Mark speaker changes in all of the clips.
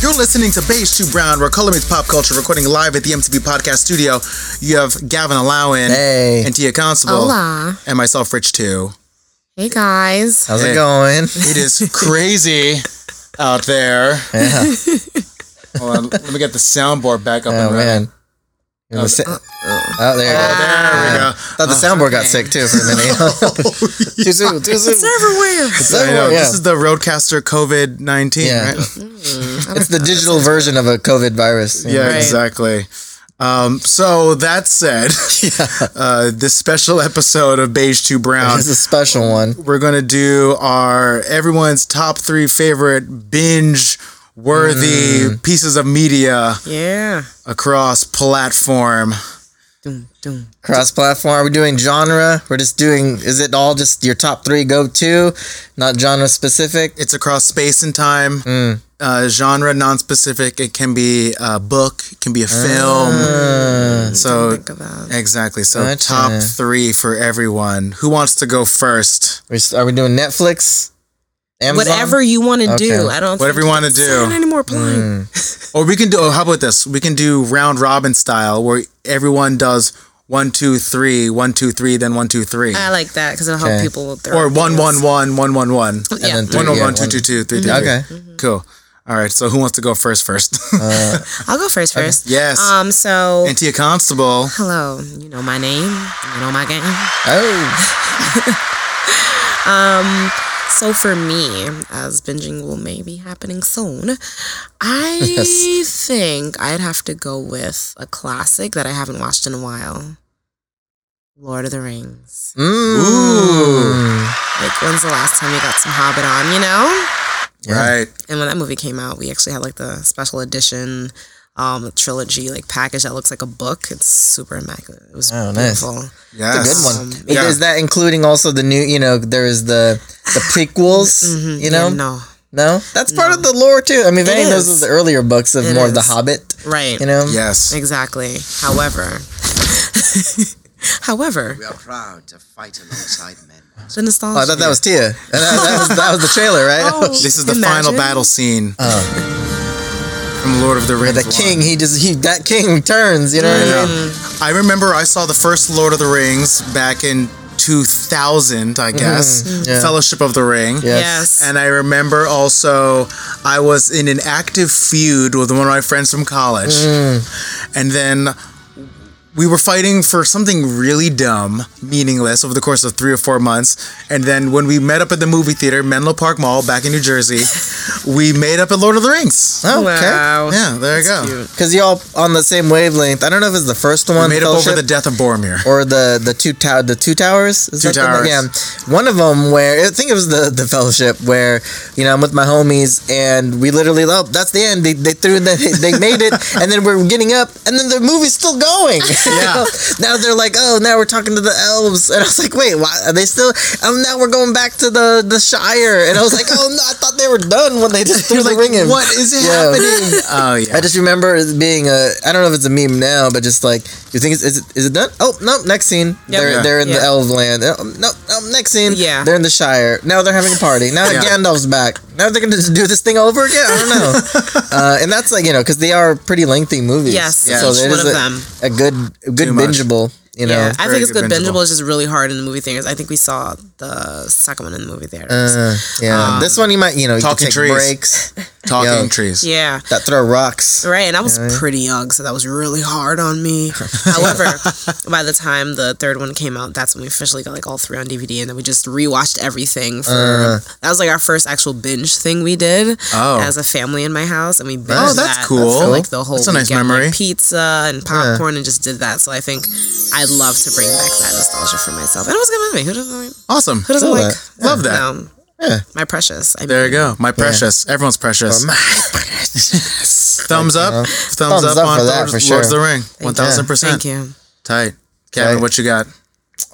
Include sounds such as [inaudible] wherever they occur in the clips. Speaker 1: You're listening to Beige 2 Brown, where color meets pop culture, recording live at the MTV Podcast Studio. You have Gavin Allowin
Speaker 2: Hey.
Speaker 1: and Tia Constable
Speaker 3: Hola.
Speaker 1: and myself, Rich 2.
Speaker 3: Hey guys.
Speaker 2: How's
Speaker 1: Hey.
Speaker 2: it going?
Speaker 1: It is crazy
Speaker 3: [laughs]
Speaker 1: out there. Hold on, let me get the soundboard back up
Speaker 2: Oh
Speaker 1: and running.
Speaker 2: man. Oh, si- oh, there you go.
Speaker 1: There we go.
Speaker 2: Thought the soundboard got sick too for a minute. [laughs] too soon. Too soon.
Speaker 3: Everywhere.
Speaker 2: It's
Speaker 1: I know.
Speaker 2: everywhere, yeah.
Speaker 1: This is the Roadcaster COVID 19,
Speaker 2: Yeah.
Speaker 1: right?
Speaker 2: It's the digital version of a COVID virus. you
Speaker 1: Yeah,
Speaker 2: know?
Speaker 3: Right.
Speaker 1: exactly. Um, so that
Speaker 2: [laughs]
Speaker 1: said, uh, this special episode of Beige Two Brown,
Speaker 2: It's a special one.
Speaker 1: we're gonna do our everyone's top three favorite binge worthy pieces of media
Speaker 3: [laughs] Yeah.
Speaker 1: across platform.
Speaker 3: Doom, doom.
Speaker 2: Cross platform. We're doing genre. We're just doing, is it all just your top three go to? Not genre specific?
Speaker 1: It's across space and time, uh, genre non-specific. It can be a book, it can be a film. so
Speaker 3: Think about
Speaker 1: exactly. So
Speaker 2: Gotcha.
Speaker 1: top three for everyone. Who wants to go first?
Speaker 2: We're just- Are we doing Netflix? Amazon?
Speaker 3: whatever you want to
Speaker 2: Okay.
Speaker 3: do. I don't.
Speaker 1: Whatever
Speaker 3: think
Speaker 1: you wanna
Speaker 3: it's
Speaker 1: do. Hmm.
Speaker 3: not anymore blind.
Speaker 1: Or we can do. Oh, how about this? We can do round robin style, where everyone does one, two, three, one, two, three, then one, two, three,
Speaker 3: I like that because it'll help
Speaker 2: Okay.
Speaker 3: people with their
Speaker 1: or one, one,
Speaker 3: ideas.
Speaker 1: one, one, one, one,
Speaker 3: Yeah.
Speaker 2: then
Speaker 1: one, oh
Speaker 2: Yeah,
Speaker 1: one, one, two,
Speaker 2: one.
Speaker 1: two, two, three, three.
Speaker 2: Mm-hmm. Okay. Uh,
Speaker 1: three. Cool. All right. So who wants to go first? First,
Speaker 3: I'll go first. First.
Speaker 1: [laughs] yes.
Speaker 3: Um. So.
Speaker 1: Antia Constable.
Speaker 3: Hello, you know my name, you know my game.
Speaker 2: Oh,
Speaker 3: So for me, as binging will maybe happening soon,
Speaker 1: [laughs]
Speaker 3: I think I'd have to go with a classic that I haven't watched in a while. Lord of the Rings.
Speaker 2: Oh, mm. Hmm.
Speaker 1: Ooh.
Speaker 3: Like when's the last time you got some Hobbit on, you know?
Speaker 1: Right.
Speaker 3: And when that movie came out, we actually had like the special edition um trilogy like package that looks like a book. It's super immaculate. It was
Speaker 2: Oh, nice.
Speaker 3: beautiful.
Speaker 1: Yes.
Speaker 2: good one.
Speaker 3: Um,
Speaker 2: Is-
Speaker 1: yeah.
Speaker 2: Is that including also the new, you know, there is the
Speaker 3: [sighs]
Speaker 2: the prequels,
Speaker 3: Mhm.
Speaker 2: you know?
Speaker 3: Yeah, no.
Speaker 2: No, that's part of the lore too. I mean,
Speaker 3: It
Speaker 2: Vanny knows
Speaker 3: is.
Speaker 2: of the earlier books of
Speaker 3: It
Speaker 2: more of the
Speaker 3: is.
Speaker 2: Hobbit.
Speaker 3: Right.
Speaker 2: You know,
Speaker 1: Yes.
Speaker 3: Exactly. However, [laughs] however,
Speaker 4: We are proud to fight alongside men.
Speaker 3: the nostalgia.
Speaker 2: oh, I thought that was Tia. [laughs] That, that was, that was the trailer, right?
Speaker 3: Oh.
Speaker 1: This is the
Speaker 3: Imagine.
Speaker 1: final battle scene from Lord of the Rings.
Speaker 2: [laughs] Uh. the
Speaker 1: one.
Speaker 2: king, he just he that king returns. You know what I mean?
Speaker 1: I remember I saw the first Lord of the Rings back in 2000, I guess.
Speaker 2: Mm-hmm. Yeah.
Speaker 1: Fellowship of the Ring.
Speaker 2: Yeah.
Speaker 3: yes.
Speaker 2: Yes.
Speaker 1: And I remember also I was in an active feud with one of my friends from college. And then we were fighting for something really dumb, meaningless over the course of three or four months. And then when we met up at the movie theater, Menlo Park Mall back in New Jersey, we made up at Lord of the Rings.
Speaker 2: Oh, okay,
Speaker 3: Mm-hmm. Wow.
Speaker 1: Yeah, there you go.
Speaker 2: because y'all on the same wavelength. I don't know if it's the first one,
Speaker 1: We made up over
Speaker 2: Fellowship,
Speaker 1: the death of Boromir.
Speaker 2: or the the two tower, the two towers. Is
Speaker 1: Two
Speaker 2: the name?
Speaker 1: Towers.
Speaker 2: Yeah, one of them where I think it was the the Fellowship where you know I'm with my homies and we literally oh that's the end. They, they threw the, [laughs] they made it and then we're getting up and then the movie's still going. [laughs]
Speaker 1: Yeah.
Speaker 2: now they're like, oh, now we're talking to the elves, and I was like, wait, why are they still? Oh, now we're going back to the the Shire, and I was like, oh no, I thought they were done when they just threw the ring in.
Speaker 1: What is
Speaker 2: Yeah.
Speaker 1: happening? Oh yeah.
Speaker 2: I just remember it being a. I don't know if it's a meme now, but just like you think, it's, is it is it done? Oh no, next scene. They're
Speaker 3: Yeah.
Speaker 2: they're in the
Speaker 3: Yeah.
Speaker 2: elf land. Oh, no, oh, next scene.
Speaker 3: Yeah.
Speaker 2: they're in the Shire. Now they're having a party. Now
Speaker 1: Yeah.
Speaker 2: Gandalf's back. Now they're gonna just do this thing over again. I don't know.
Speaker 1: [laughs]
Speaker 2: uh, and that's like you know because they are pretty lengthy movies.
Speaker 3: Yes,
Speaker 1: Yeah.
Speaker 2: so
Speaker 3: each
Speaker 2: there's
Speaker 3: one of
Speaker 2: a,
Speaker 3: them.
Speaker 2: a good a good
Speaker 1: Too much.
Speaker 2: bingeable. You know.
Speaker 3: yeah, I
Speaker 1: very
Speaker 3: think it's
Speaker 1: good
Speaker 3: good.
Speaker 1: bingeable.
Speaker 3: Bingeable. is just really hard in the movie theaters. I think we saw the second one in the movie theaters.
Speaker 2: Uh, yeah,
Speaker 3: Um,
Speaker 2: this one you might you know you can
Speaker 1: Talking
Speaker 2: take
Speaker 1: trees.
Speaker 2: breaks
Speaker 1: Talking
Speaker 2: Yo.
Speaker 1: trees.
Speaker 3: yeah.
Speaker 2: that throw rocks.
Speaker 3: Right, and I was pretty young, so that was really hard
Speaker 1: [laughs]
Speaker 3: on me. However, by the time the third one came out, that's when we officially got like all three on DVD, and then we just rewatched everything. For that was like our first actual binge thing we did
Speaker 1: Uh. Oh.
Speaker 3: as a family in my house, and we binged
Speaker 1: Oh, that's
Speaker 3: that
Speaker 1: cool.
Speaker 3: for, like the whole
Speaker 1: That's a nice
Speaker 3: weekend,
Speaker 1: memory.
Speaker 3: like, pizza and popcorn, and just did that. So I think I'd love to bring back that nostalgia for myself. And it was a good movie. Who doesn't?
Speaker 1: Awesome.
Speaker 3: Who doesn't
Speaker 2: Love
Speaker 3: like?
Speaker 2: that.
Speaker 1: Love that.
Speaker 3: Um,
Speaker 2: Yeah.
Speaker 3: My precious. I
Speaker 1: There
Speaker 3: mean,
Speaker 1: you go. My precious. Everyone's
Speaker 2: Oh,
Speaker 1: precious. [laughs] Thumbs up. Thumbs, up,
Speaker 2: up
Speaker 1: on
Speaker 2: for that,
Speaker 1: Lord,
Speaker 2: for
Speaker 1: Lord of the
Speaker 2: sure.
Speaker 1: Ring. One thousand
Speaker 3: Thank
Speaker 1: percent.
Speaker 3: you.
Speaker 1: Tight. Kevin,
Speaker 2: Tight.
Speaker 1: what you got?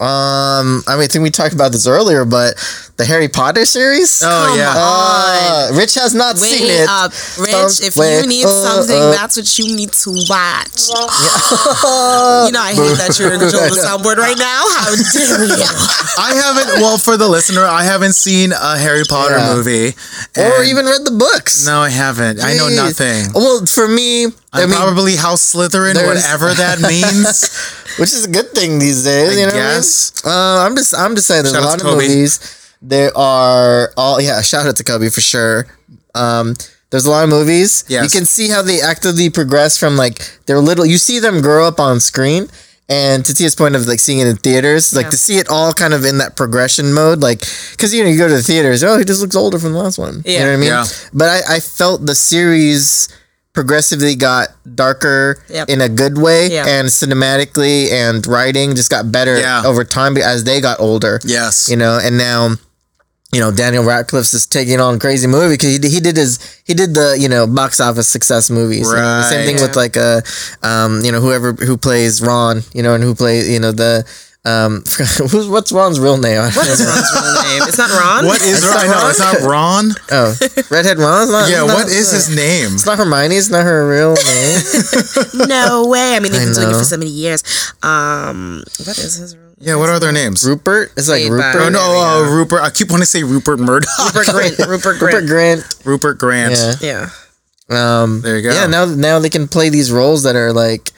Speaker 2: Um, I mean, I think we talked about this earlier, but the Harry Potter series.
Speaker 1: Oh
Speaker 3: Come
Speaker 1: yeah.
Speaker 2: Uh, Rich has not
Speaker 3: Wait uh,
Speaker 2: seen it.
Speaker 3: up, Rich.
Speaker 2: Don't
Speaker 3: if
Speaker 2: wait
Speaker 3: you need something, that's what you need to watch. [laughs] you know, I hate that you're in control of the soundboard right now. How dare you?
Speaker 1: I haven't. Well, for the listener, I haven't seen a Harry Potter
Speaker 2: Yeah.
Speaker 1: movie, and-
Speaker 2: or even read the books.
Speaker 1: no, I haven't. I know
Speaker 2: Jeez.
Speaker 1: nothing.
Speaker 2: Well, for me,
Speaker 1: I'm
Speaker 2: I mean,
Speaker 1: probably House Slytherin,
Speaker 2: there's-
Speaker 1: whatever
Speaker 2: [laughs]
Speaker 1: that means.
Speaker 2: which is a good thing these days.
Speaker 1: I
Speaker 2: you know what I mean?
Speaker 1: guess.
Speaker 2: Uh, I'm just I'm just saying there's
Speaker 1: Shout
Speaker 2: a
Speaker 1: out
Speaker 2: lot of
Speaker 1: to Kobe.
Speaker 2: movies. There are all yeah, shout out to Kobe for sure. Um there's a lot of movies.
Speaker 1: Yes.
Speaker 2: You can see how they actively progress from like they're little you see them grow up on screen and to Tia's point of like seeing it in theaters, like
Speaker 3: Yeah.
Speaker 2: to see it all kind of in that progression mode, like because you know you go to the theaters, oh he just looks older from the last one. You know
Speaker 3: Yeah.
Speaker 2: what I mean?
Speaker 1: Yeah.
Speaker 2: But I, I felt the series progressively got darker
Speaker 3: Yep.
Speaker 2: in a good way
Speaker 3: Yeah.
Speaker 2: and cinematically and writing just got better
Speaker 1: Yeah.
Speaker 2: over time as they got older.
Speaker 1: Yes.
Speaker 2: You know, and now, you know, Daniel Radcliffe's is taking on crazy movie because he, he did his he did the you know box office success movies. You know, the same thing
Speaker 1: Right.
Speaker 2: with like uh um you know whoever who plays Ron you know and who plays you know the um [laughs] who's what's Ron's real name? I don't know.
Speaker 3: Ron's real name. It's not Ron.
Speaker 1: What is?
Speaker 2: not
Speaker 1: I know it's not
Speaker 2: [laughs]
Speaker 1: Ron.
Speaker 2: oh, redhead Ron's not.
Speaker 1: Yeah.
Speaker 2: not-
Speaker 1: What is his name?
Speaker 2: It's not Hermione. It's not her real name.
Speaker 3: [laughs]
Speaker 1: [laughs]
Speaker 3: No way. I mean, they've
Speaker 2: I
Speaker 3: been doing it
Speaker 2: know.
Speaker 3: for so many years. Um, what is his real
Speaker 1: Yeah. What are their names?
Speaker 2: Rupert. It's like
Speaker 3: Played by-
Speaker 2: Rupert.
Speaker 1: Oh no,
Speaker 3: There we
Speaker 1: uh, Rupert. I keep wanting to say Rupert Murdoch.
Speaker 3: [laughs] Rupert Grint. Rupert Grint.
Speaker 2: Rupert Grant.
Speaker 1: Rupert Grant.
Speaker 2: Yeah.
Speaker 3: Yeah.
Speaker 2: Um,
Speaker 1: There you go.
Speaker 2: Yeah, now now they can play these roles that are like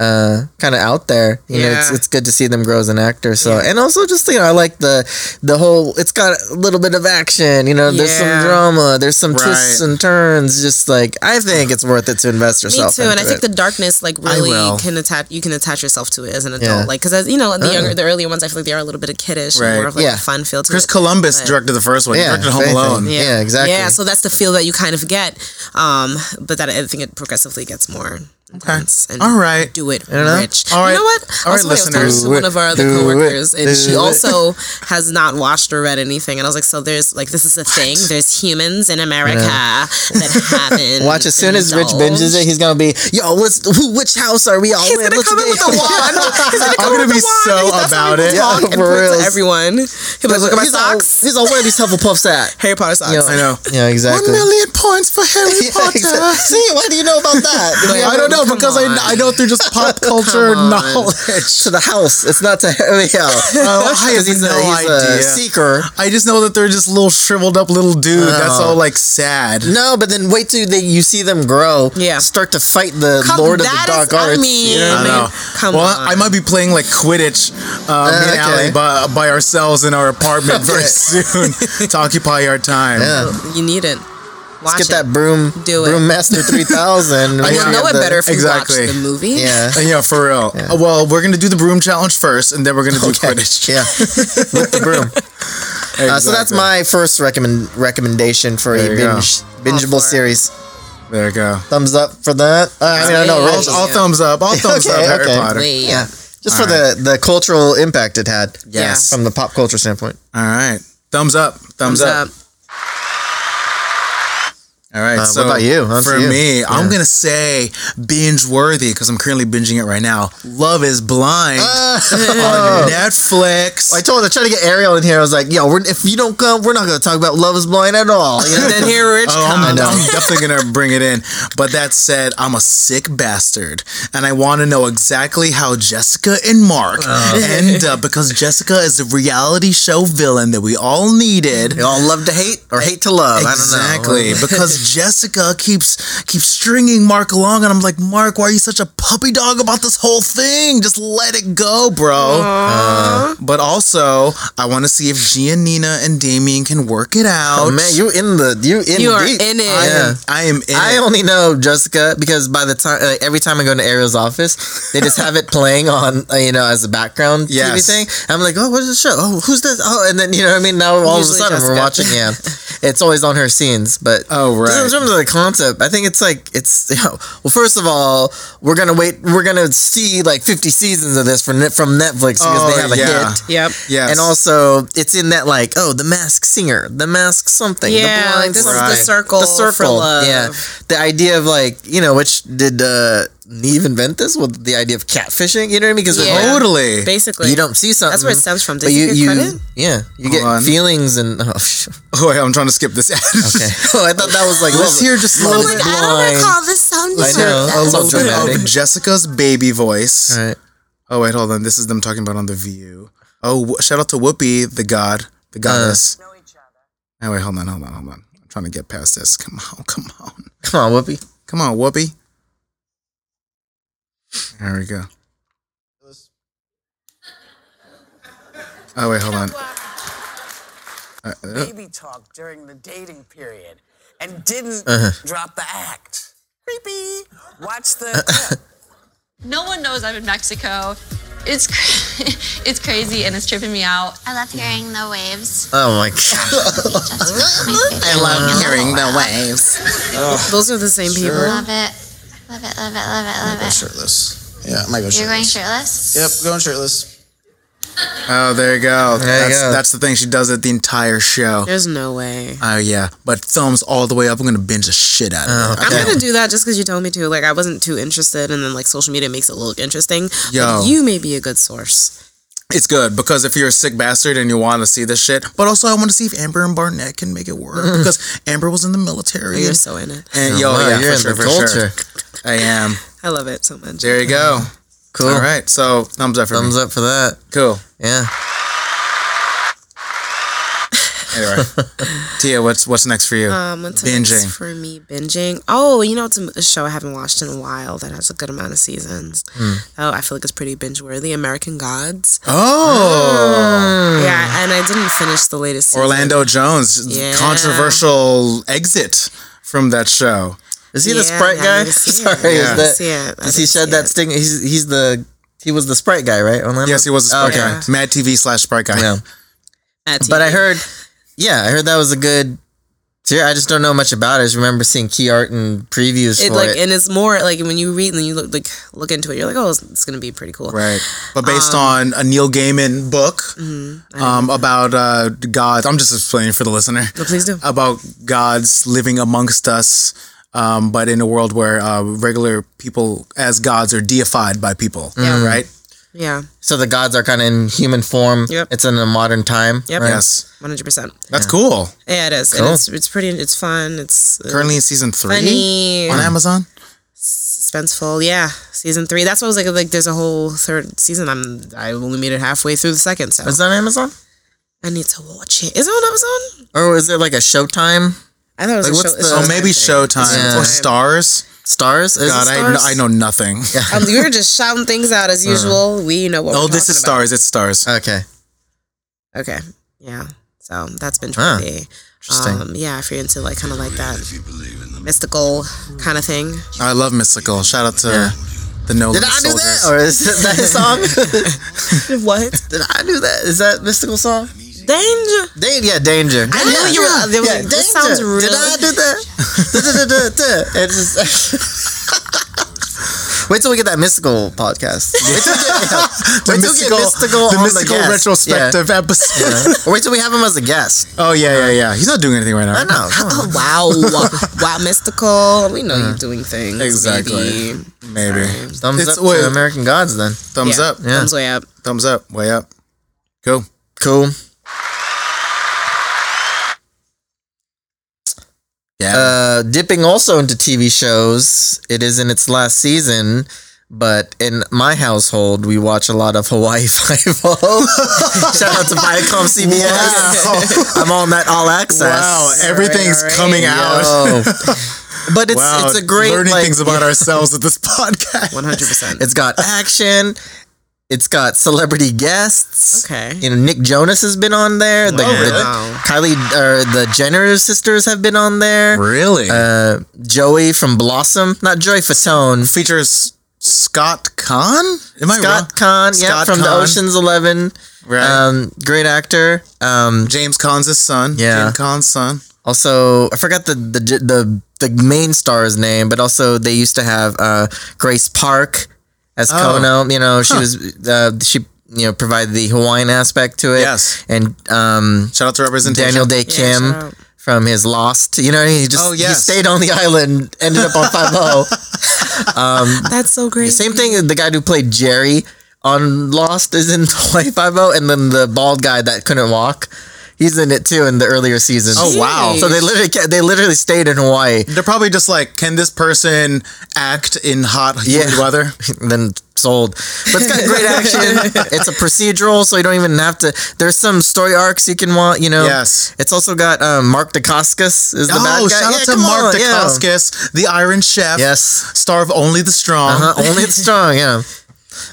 Speaker 2: uh, kind of out there. You know, it's,
Speaker 3: Yeah.
Speaker 2: it's good to see them grow as an actor. So and also just you know, I like the the whole. It's got a little bit of action. You know, there's some
Speaker 3: Yeah.
Speaker 2: drama. There's some twists
Speaker 1: Right.
Speaker 2: and turns. Just like I think it's worth it to invest
Speaker 3: Me
Speaker 2: yourself.
Speaker 3: too, and I
Speaker 2: into
Speaker 3: think
Speaker 2: it.
Speaker 3: the darkness like really
Speaker 1: will.
Speaker 3: can attach. You can attach yourself to it as an adult,
Speaker 2: Yeah.
Speaker 3: like because you know the younger, the earlier ones, I feel like they are a little bit of kiddish, and
Speaker 1: Right.
Speaker 3: more of like
Speaker 2: Yeah.
Speaker 3: a fun feel to
Speaker 1: Chris
Speaker 3: it.
Speaker 1: Columbus
Speaker 3: But-
Speaker 1: directed the first one. He
Speaker 2: Yeah,
Speaker 1: directed Home
Speaker 2: same thing.
Speaker 1: Alone.
Speaker 2: Yeah. exactly.
Speaker 3: Yeah, so that's the feel that you kind of get, um, but that I think it progressively gets more intense. And
Speaker 1: All right.
Speaker 3: do it,
Speaker 2: know?
Speaker 3: Rich.
Speaker 1: All
Speaker 3: You
Speaker 1: right.
Speaker 3: know what?
Speaker 1: All right,
Speaker 3: also, I was talking
Speaker 1: listeners.
Speaker 3: to one of our other
Speaker 2: Do it.
Speaker 3: coworkers, and
Speaker 2: Do
Speaker 3: she
Speaker 2: it.
Speaker 3: also has not watched or read anything. And I was like, so there's like this is a thing. There's humans in America that haven't
Speaker 2: [laughs] Watch as soon as Rich
Speaker 3: indulged.
Speaker 2: binges it, he's gonna be yo. Let's who? Which house are we all in?
Speaker 3: He's gonna
Speaker 2: Let's
Speaker 3: come in with
Speaker 2: get-" [laughs]
Speaker 3: a wand. He's gonna
Speaker 1: I'm
Speaker 3: come in
Speaker 1: gonna
Speaker 3: with
Speaker 1: be
Speaker 3: a wand.
Speaker 1: so
Speaker 3: That's
Speaker 1: about
Speaker 3: what
Speaker 1: it.
Speaker 3: people
Speaker 2: Yeah,
Speaker 3: talk and
Speaker 2: [laughs] for
Speaker 3: point
Speaker 2: reals.
Speaker 3: to everyone. He'll be like, look at my
Speaker 2: He's all,
Speaker 3: socks.
Speaker 2: he's all where are these Hufflepuffs at?
Speaker 3: Harry Potter socks.
Speaker 2: You know,
Speaker 1: [laughs] I know.
Speaker 2: Yeah, exactly.
Speaker 1: One million points for Harry
Speaker 2: [laughs] Yeah,
Speaker 1: Potter. [laughs]
Speaker 2: exactly. See, why do you know about that?
Speaker 3: Like,
Speaker 1: I don't know
Speaker 3: Come
Speaker 1: because
Speaker 3: on.
Speaker 1: I, I know through just pop
Speaker 3: [laughs]
Speaker 1: culture
Speaker 3: on.
Speaker 1: knowledge.
Speaker 2: [laughs] to the house. It's not
Speaker 1: [laughs]
Speaker 2: to Harry [laughs] Hill.
Speaker 1: Oh, I have
Speaker 2: he's,
Speaker 1: no
Speaker 2: a, he's
Speaker 1: idea.
Speaker 2: a seeker.
Speaker 1: I just know that they're just little shriveled up little dude. That's
Speaker 2: Oh.
Speaker 1: all like sad.
Speaker 2: No, but then wait till they, you see them grow.
Speaker 3: Yeah.
Speaker 2: Start to fight the
Speaker 3: Come-
Speaker 2: Lord of the
Speaker 3: that is-
Speaker 2: Dark
Speaker 3: I
Speaker 2: Arts.
Speaker 3: mean,
Speaker 2: you know?
Speaker 1: I
Speaker 3: man,
Speaker 1: know.
Speaker 3: come
Speaker 1: well,
Speaker 3: on.
Speaker 1: I might be playing like Quidditch, uh, me and
Speaker 2: okay.
Speaker 1: Allie by, by ourselves in our
Speaker 2: [laughs]
Speaker 1: apartment very soon to occupy our time.
Speaker 2: Yeah.
Speaker 3: You need it. Watch
Speaker 2: Let's
Speaker 3: it.
Speaker 2: get that broom,
Speaker 3: Do it.
Speaker 2: broom master
Speaker 3: [laughs]
Speaker 2: three thousand.
Speaker 1: I
Speaker 3: You'll
Speaker 1: Yeah,
Speaker 3: know it
Speaker 1: the-
Speaker 3: better if
Speaker 1: exactly.
Speaker 3: you watch the movie. [laughs]
Speaker 2: Yeah, Oh,
Speaker 1: Uh, Yeah, for real. Uh, Well, we're gonna do the broom challenge first, and then we're gonna do Quidditch.
Speaker 2: yeah, with the broom.
Speaker 1: [laughs]
Speaker 2: Uh, so that's my first recommend recommendation for
Speaker 1: There you
Speaker 2: a binge, bingeable
Speaker 3: All for it.
Speaker 2: series.
Speaker 1: There you go.
Speaker 2: Thumbs up for that. Uh, I mean, I know,
Speaker 3: Yeah.
Speaker 2: Rich.
Speaker 1: All, all thumbs up. All thumbs
Speaker 2: Okay,
Speaker 1: up. Harry
Speaker 2: okay.
Speaker 1: Potter.
Speaker 3: Wait.
Speaker 2: Yeah, just for the the cultural impact it had.
Speaker 3: Yes.
Speaker 2: from the pop culture [laughs] standpoint.
Speaker 1: All right. Thumbs up. Thumbs,
Speaker 3: Thumbs
Speaker 1: up.
Speaker 3: up.
Speaker 1: All right.
Speaker 2: Uh, what
Speaker 1: so
Speaker 2: about you? Onto
Speaker 1: For
Speaker 2: you.
Speaker 1: me, I'm gonna say binge worthy because I'm currently binging it right now. Love is blind
Speaker 2: Oh.
Speaker 1: on Netflix.
Speaker 2: I told I tried to get Ariel in here. I was like, "Yo, we're, if you don't come, we're not going to talk about Love Is Blind at all." [laughs] You know?
Speaker 3: And then here Rich
Speaker 1: Oh, I'm,
Speaker 3: comes.
Speaker 1: I'm definitely gonna bring it in. But that said, I'm a sick bastard, and I want to know exactly how Jessica and Mark end up because Jessica is a reality show villain that we all needed.
Speaker 2: all love to hate or hate to love.
Speaker 1: Exactly,
Speaker 2: [laughs]
Speaker 1: because Jessica keeps keeps stringing Mark along, and I'm like, Mark, why are you such a puppy dog about this whole thing? Just let it go, bro. Uh, But also, I want to see if Giannina and Damien can work it out.
Speaker 2: Oh, man, you in the you in
Speaker 3: You are
Speaker 2: deep.
Speaker 3: in it.
Speaker 1: I
Speaker 2: Yeah.
Speaker 1: am, I am in
Speaker 2: I
Speaker 1: it.
Speaker 2: only know Jessica because by the time uh, every time I go to Ariel's office, they just have it playing on uh, you know as a background TV
Speaker 1: Yes.
Speaker 2: thing. I'm like, oh, what is this show? Oh, who's this? Oh, and then you know what I mean. Now all
Speaker 3: Usually
Speaker 2: of a sudden we're watching.
Speaker 3: Jessica.
Speaker 1: [laughs]
Speaker 2: Yeah, it's always on her scenes, but
Speaker 1: Oh, right.
Speaker 2: Just in terms of the concept, I think it's like it's [laughs] you know, well. First of all, we're gonna wait. We're gonna see like 50 seasons of this from Net- from Netflix because
Speaker 1: Oh,
Speaker 2: they have a
Speaker 1: yeah.
Speaker 2: hit.
Speaker 3: Yep.
Speaker 1: Yes.
Speaker 2: And also, it's in that like, oh, the mask singer, the mask something, the
Speaker 3: Yeah.
Speaker 2: blind
Speaker 3: Like this
Speaker 2: something
Speaker 3: is the
Speaker 1: Right.
Speaker 3: circle.
Speaker 2: the circle
Speaker 3: For love.
Speaker 2: yeah the idea of like you know which did uh Neve invent this with the idea of catfishing? You know what I mean? Because
Speaker 3: Yeah.
Speaker 1: Totally.
Speaker 3: Basically,
Speaker 2: you don't see something.
Speaker 3: That's where it stems from. Did
Speaker 2: but
Speaker 3: you, get
Speaker 2: you,
Speaker 3: credit?
Speaker 2: yeah, you
Speaker 1: Hold
Speaker 2: get
Speaker 1: on.
Speaker 2: feelings and [laughs] oh, sh-
Speaker 1: Oh, wait, I'm trying to
Speaker 2: [laughs]
Speaker 1: skip this ad.
Speaker 2: okay. oh, I thought that was like
Speaker 1: Let's hear just a
Speaker 2: love
Speaker 1: little
Speaker 3: I'm
Speaker 1: bit,
Speaker 3: like,
Speaker 2: it
Speaker 3: I don't
Speaker 2: blind.
Speaker 3: recall this sound.
Speaker 2: I know,
Speaker 1: a
Speaker 2: I
Speaker 1: little
Speaker 2: love
Speaker 3: [laughs]
Speaker 1: bit
Speaker 2: dramatic.
Speaker 1: of Jessica's baby voice.
Speaker 2: All right.
Speaker 1: Oh wait, hold on. This is them talking about on the View. Oh, wh- shout out to Whoopi, the god, the
Speaker 2: Uh,
Speaker 1: goddess. Oh wait, hold on, hold on, hold on. I'm trying to get past this. Come on, [laughs] come on,
Speaker 2: Come on, Whoopi.
Speaker 1: come on, Whoopi. There we go. Oh wait, hold on. Uh, uh,
Speaker 5: baby talk during the dating period and didn't drop the act. Creepy. Watch the clip.
Speaker 6: No one knows I'm in Mexico. It's cra- [laughs] it's crazy and it's tripping me out.
Speaker 7: I love hearing the
Speaker 8: [laughs]
Speaker 7: waves.
Speaker 2: Oh
Speaker 1: [laughs]
Speaker 2: my god.
Speaker 7: That's my favorite.
Speaker 1: I love hearing the waves.
Speaker 3: Those are the same people.
Speaker 7: Love it. Love it, love it, love it, love it.
Speaker 8: shirtless. Yeah, I might go
Speaker 7: You're going
Speaker 8: shirtless.
Speaker 7: shirtless?
Speaker 8: Yep, going shirtless.
Speaker 1: Oh, there you go.
Speaker 2: There you
Speaker 1: that's,
Speaker 2: go.
Speaker 1: that's the thing she does it the entire show.
Speaker 3: There's no way.
Speaker 1: Oh yeah, but thumbs all the way up. I'm gonna binge the shit out of it.
Speaker 2: Oh,
Speaker 3: I'm gonna do that just because you told me to. Like I wasn't too interested, and then like social media makes it look interesting.
Speaker 1: Yo.
Speaker 3: But you may be a good source.
Speaker 1: It's good because if you're a sick bastard and you want to see this shit, but also I want to see if Amber and Barnett can make it work
Speaker 2: [laughs]
Speaker 1: because Amber was in the military.
Speaker 3: You're
Speaker 1: And,
Speaker 3: so in it.
Speaker 1: and yo,
Speaker 2: Wow,
Speaker 1: yeah,
Speaker 2: you're
Speaker 1: for
Speaker 2: in
Speaker 1: sure,
Speaker 2: the
Speaker 1: for sure.
Speaker 2: culture.
Speaker 1: I am.
Speaker 3: I love it so much.
Speaker 1: There you go.
Speaker 2: Cool.
Speaker 1: All right, so thumbs up for
Speaker 2: Thumbs
Speaker 1: me.
Speaker 2: up for that.
Speaker 1: Cool.
Speaker 2: Yeah. [laughs]
Speaker 1: Anyway, Tia, what's what's next for you?
Speaker 3: Um, what's
Speaker 1: Binging.
Speaker 3: binging for me? Binging. Oh, you know, it's a a show I haven't watched in a while that has a good amount of seasons.
Speaker 2: Hmm.
Speaker 3: Oh, I feel like it's pretty binge worthy.
Speaker 2: [gasps]
Speaker 3: American Gods.
Speaker 2: Ah.
Speaker 1: oh,
Speaker 3: Yeah, and I didn't finish the latest. Season.
Speaker 1: Orlando Jones,
Speaker 3: Yeah.
Speaker 1: controversial exit from that show.
Speaker 2: Is he the
Speaker 3: Yeah,
Speaker 2: sprite
Speaker 3: I
Speaker 2: guy? [laughs]
Speaker 3: didn't see it.
Speaker 2: Sorry,
Speaker 1: Yeah.
Speaker 2: is that?
Speaker 3: Yeah,
Speaker 2: Does he shed that sting? He's he's the he was the sprite guy, right? Orlando?
Speaker 1: Yes, he was a
Speaker 2: Oh,
Speaker 1: Sprite
Speaker 2: okay.
Speaker 1: guy, Mad TV slash Sprite guy.
Speaker 3: [laughs]
Speaker 2: Yeah. But I heard, yeah, I heard that was a good tier. I just don't know much about it. I just remember seeing key art and previews
Speaker 3: It
Speaker 2: for
Speaker 3: like
Speaker 2: it.
Speaker 3: and it's more like when you read and then you look like look into it, you're like, oh, it's, it's gonna be pretty cool.
Speaker 1: Right. But
Speaker 2: Um,
Speaker 1: based on a Neil Gaiman book
Speaker 2: mm-hmm.
Speaker 1: um, about uh, gods, I'm just explaining for the listener
Speaker 3: But please do.
Speaker 1: about gods living amongst us, um, but in a world where uh, regular people as gods are deified by people.
Speaker 2: Mm.
Speaker 3: Yeah.
Speaker 1: Right?
Speaker 3: yeah,
Speaker 2: so the gods are kind of in human form.
Speaker 3: Yep.
Speaker 2: It's in a modern time.
Speaker 3: Yep.
Speaker 2: right?
Speaker 1: Yes.
Speaker 3: one hundred percent.
Speaker 1: That's cool.
Speaker 3: Yeah, it is. And it's it's pretty. It's fun. It's uh,
Speaker 1: Currently in season three
Speaker 3: funny,
Speaker 1: on Amazon.
Speaker 3: suspenseful. Yeah, season three. That's what I was like. Like, there's a whole third season. I'm I only made it halfway through the second, so
Speaker 2: Is that on Amazon?
Speaker 3: I need to watch it. Is it on Amazon?
Speaker 2: Or is it like a Showtime?
Speaker 3: I thought it was
Speaker 2: Like,
Speaker 3: a
Speaker 2: what's
Speaker 3: show. it's
Speaker 2: the-
Speaker 1: Oh,
Speaker 3: a
Speaker 1: maybe
Speaker 3: show thing.
Speaker 1: Showtime
Speaker 2: Yeah.
Speaker 1: or Stars.
Speaker 2: Stars? Is
Speaker 1: God,
Speaker 2: it
Speaker 1: I
Speaker 2: stars?
Speaker 1: kn- I, know nothing. [laughs]
Speaker 3: Um, we were just shouting things out as usual. We know what.
Speaker 1: Uh-huh. Oh,
Speaker 3: we're
Speaker 1: this is Stars.
Speaker 3: talking
Speaker 1: It's Stars.
Speaker 2: Okay.
Speaker 3: about. Okay. Yeah. So that's been
Speaker 2: Huh.
Speaker 3: pretty.
Speaker 2: Interesting.
Speaker 3: Um, yeah, if you're into like kind of like that mystical kind of thing. [laughs]
Speaker 1: I love Mystical. Shout out to the No
Speaker 2: Did
Speaker 1: Limit
Speaker 2: I do
Speaker 1: Soldiers.
Speaker 2: that? Or is
Speaker 1: [laughs]
Speaker 2: that a song? [laughs]
Speaker 3: What?
Speaker 2: Did I do that? Is that mystical song?
Speaker 3: Danger.
Speaker 2: Dan- yeah, danger.
Speaker 3: I knew you were- they were like,
Speaker 2: danger.
Speaker 3: this sounds
Speaker 2: Did
Speaker 3: real.
Speaker 2: I do that? Da, da, da, da, da. It's just. [laughs] Wait till we get that mystical podcast. Wait till we
Speaker 1: [laughs]
Speaker 2: get, wait till we get mystical
Speaker 1: the
Speaker 2: on
Speaker 1: mystical
Speaker 2: guest.
Speaker 1: retrospective episode.
Speaker 2: [laughs] Yeah. Or wait till we have him as a guest.
Speaker 1: Oh yeah, yeah, yeah. He's not doing anything right now.
Speaker 2: I know. come on.
Speaker 3: Oh,
Speaker 1: [laughs]
Speaker 3: wow. wow, mystical. We know you're doing things.
Speaker 1: Uh-huh. Exactly.
Speaker 3: baby.
Speaker 1: Maybe.
Speaker 2: Thumbs
Speaker 1: It's-
Speaker 2: up
Speaker 1: wait.
Speaker 2: to American Gods then.
Speaker 1: Thumbs
Speaker 3: Yeah,
Speaker 1: up.
Speaker 3: Thumbs way up.
Speaker 1: Thumbs up. Way up. Go.
Speaker 2: Cool.
Speaker 1: Yeah.
Speaker 2: Uh, dipping also into TV shows. It is in its last season, but in my household, we watch a lot of Hawaii [laughs] Five O. Shout out to Viacom CBS. I'm on that all access.
Speaker 1: wow. Everything's coming out.
Speaker 2: Yo. [laughs] but it's
Speaker 1: Wow.
Speaker 2: it's a great
Speaker 1: learning
Speaker 2: like,
Speaker 1: things about
Speaker 2: [laughs]
Speaker 1: ourselves at this podcast. [laughs]
Speaker 3: 100%.
Speaker 2: It's got action. It's got celebrity guests.
Speaker 3: Okay.
Speaker 2: You know, Nick Jonas has been on there. The,
Speaker 1: Oh,
Speaker 3: Wow.
Speaker 2: the Kylie or the Jenner sisters have been on there.
Speaker 1: Really?
Speaker 2: Uh, Joey from Blossom, not Joey Fatone.
Speaker 1: Features Scott Kahn? Am I wrong?
Speaker 2: Scott Kahn, yeah,
Speaker 1: Scott
Speaker 2: from the
Speaker 1: Kahn.
Speaker 2: Ocean's Eleven.
Speaker 1: Right.
Speaker 2: Um, great actor. Um,
Speaker 1: James Kahn's son.
Speaker 2: Yeah.
Speaker 1: James Kahn's son.
Speaker 2: also, I forgot the the j- the, the main star's name, but also they used to have uh, Grace Park as
Speaker 1: Oh.
Speaker 2: Kono. You know, she was uh, she you know provided the Hawaiian aspect to it.
Speaker 1: Yes.
Speaker 2: and um,
Speaker 1: Shout out to representation.
Speaker 2: Daniel Day Kim
Speaker 3: shout out.
Speaker 2: from his Lost. You know, what I mean? he just
Speaker 1: Oh,
Speaker 2: he
Speaker 1: yes.
Speaker 2: stayed on the island, ended up on
Speaker 1: [laughs]
Speaker 2: Five oh. O.
Speaker 3: That's so great.
Speaker 2: Same thing. The guy who played Jerry on Lost is in [laughs] Hawaii Five O, and then the bald guy that couldn't walk, he's in it too in the earlier seasons.
Speaker 1: Oh, wow.
Speaker 2: So they literally ca- they literally stayed in Hawaii.
Speaker 1: They're probably just like, can this person act in hot humid
Speaker 2: Yeah.
Speaker 1: weather?
Speaker 2: then sold. But it's got great
Speaker 1: [laughs]
Speaker 2: action. It's a procedural, so you don't even have to. There's some story arcs you can want. You know.
Speaker 1: Yes.
Speaker 2: It's also got um, Mark Dacascos is [laughs] the bad
Speaker 1: oh,
Speaker 2: guy.
Speaker 1: shout
Speaker 2: Yeah,
Speaker 1: out to
Speaker 2: come
Speaker 1: Mark
Speaker 2: on, yeah.
Speaker 1: Dacascos, the Iron Chef.
Speaker 2: Yes.
Speaker 1: Star of Only the Strong.
Speaker 2: Uh-huh, [laughs] only it's strong, yeah.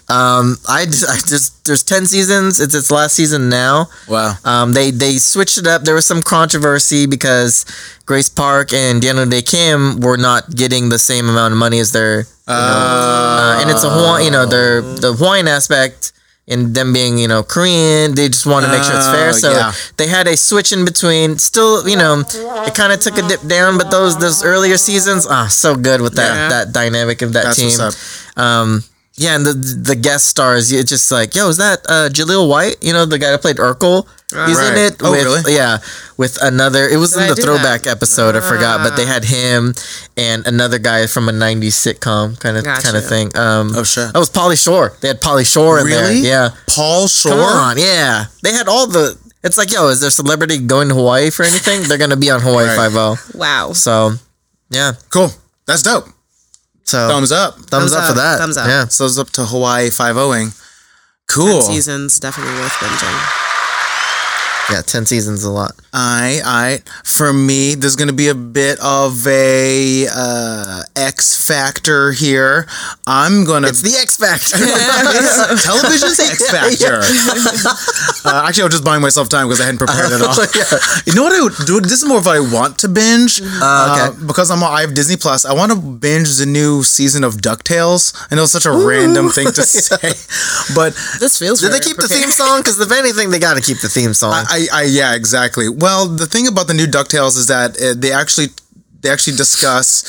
Speaker 2: Um, I, d- I just there's ten seasons. It's its last season now.
Speaker 1: Wow.
Speaker 2: Um, they they switched it up. There was some controversy because Grace Park and Deanna De Kim were not getting the same amount of money as their, you know, uh, and it's a Hawaiian, you know, their the Hawaiian aspect and them being you know Korean. They just want to make sure it's fair,
Speaker 1: Oh,
Speaker 2: so
Speaker 1: yeah.
Speaker 2: they had a switch in between. Still, you know, it kind of took a dip down, but those those earlier seasons, ah, so good with that
Speaker 3: Yeah.
Speaker 2: that dynamic of that
Speaker 1: That's
Speaker 2: team.
Speaker 1: what's up.
Speaker 2: Um, yeah, and the the guest stars, it's just like, yo, is that uh, Jaleel White? You know, the guy that played Urkel.
Speaker 3: Uh,
Speaker 2: He's in
Speaker 1: Right.
Speaker 2: it.
Speaker 1: Oh,
Speaker 2: with,
Speaker 1: really?
Speaker 2: Yeah, with another. It was in
Speaker 3: Did I
Speaker 2: the
Speaker 3: do
Speaker 2: throwback
Speaker 3: that? Ah.
Speaker 2: episode. I forgot, but they had him and another guy from a '90s sitcom kind of
Speaker 3: Gotcha.
Speaker 2: kind of thing. Um,
Speaker 1: Oh, shit.
Speaker 2: That was Polly Shore. They had Polly Shore in there.
Speaker 1: Really?
Speaker 2: Yeah.
Speaker 1: Paul Shore.
Speaker 2: Come on, yeah. They had all the. It's like, yo, is there celebrity going to Hawaii for anything? They're gonna be on Hawaii
Speaker 1: Right.
Speaker 2: Five O.
Speaker 3: wow.
Speaker 2: So, yeah.
Speaker 1: Cool. That's dope.
Speaker 2: So thumbs,
Speaker 1: Thumbs up.
Speaker 3: thumbs
Speaker 2: up,
Speaker 3: up,
Speaker 2: for that.
Speaker 3: thumbs up.
Speaker 2: Yeah.
Speaker 1: So it's up to Hawaii 5 0ing.
Speaker 3: Ten
Speaker 1: Cool.
Speaker 3: seasons definitely worth binging.
Speaker 2: Yeah. Ten seasons a lot.
Speaker 1: I, I, for me, there's going to be a bit of a uh, X factor here. I'm going to.
Speaker 2: It's the X
Speaker 3: [laughs]
Speaker 2: Factor.
Speaker 1: [laughs]
Speaker 2: [laughs]
Speaker 1: television's X Factor. [laughs] uh, actually, I was just buying myself time because I hadn't prepared
Speaker 2: [laughs]
Speaker 1: at all. You know what I would do? This is more of what I want to binge.
Speaker 2: Uh, okay.
Speaker 1: Uh, because I'm I have Disney Plus. I want to binge the new season of Ducktales. I know it's such a random thing
Speaker 2: [laughs]
Speaker 1: to say, but
Speaker 3: This feels.
Speaker 2: Did they
Speaker 3: very
Speaker 2: keep the
Speaker 3: prepared.
Speaker 2: theme song? Because if anything, they got to keep the theme song.
Speaker 1: I, I, I yeah, exactly. Well, the thing about the new Ducktales is that uh, they actually they actually discuss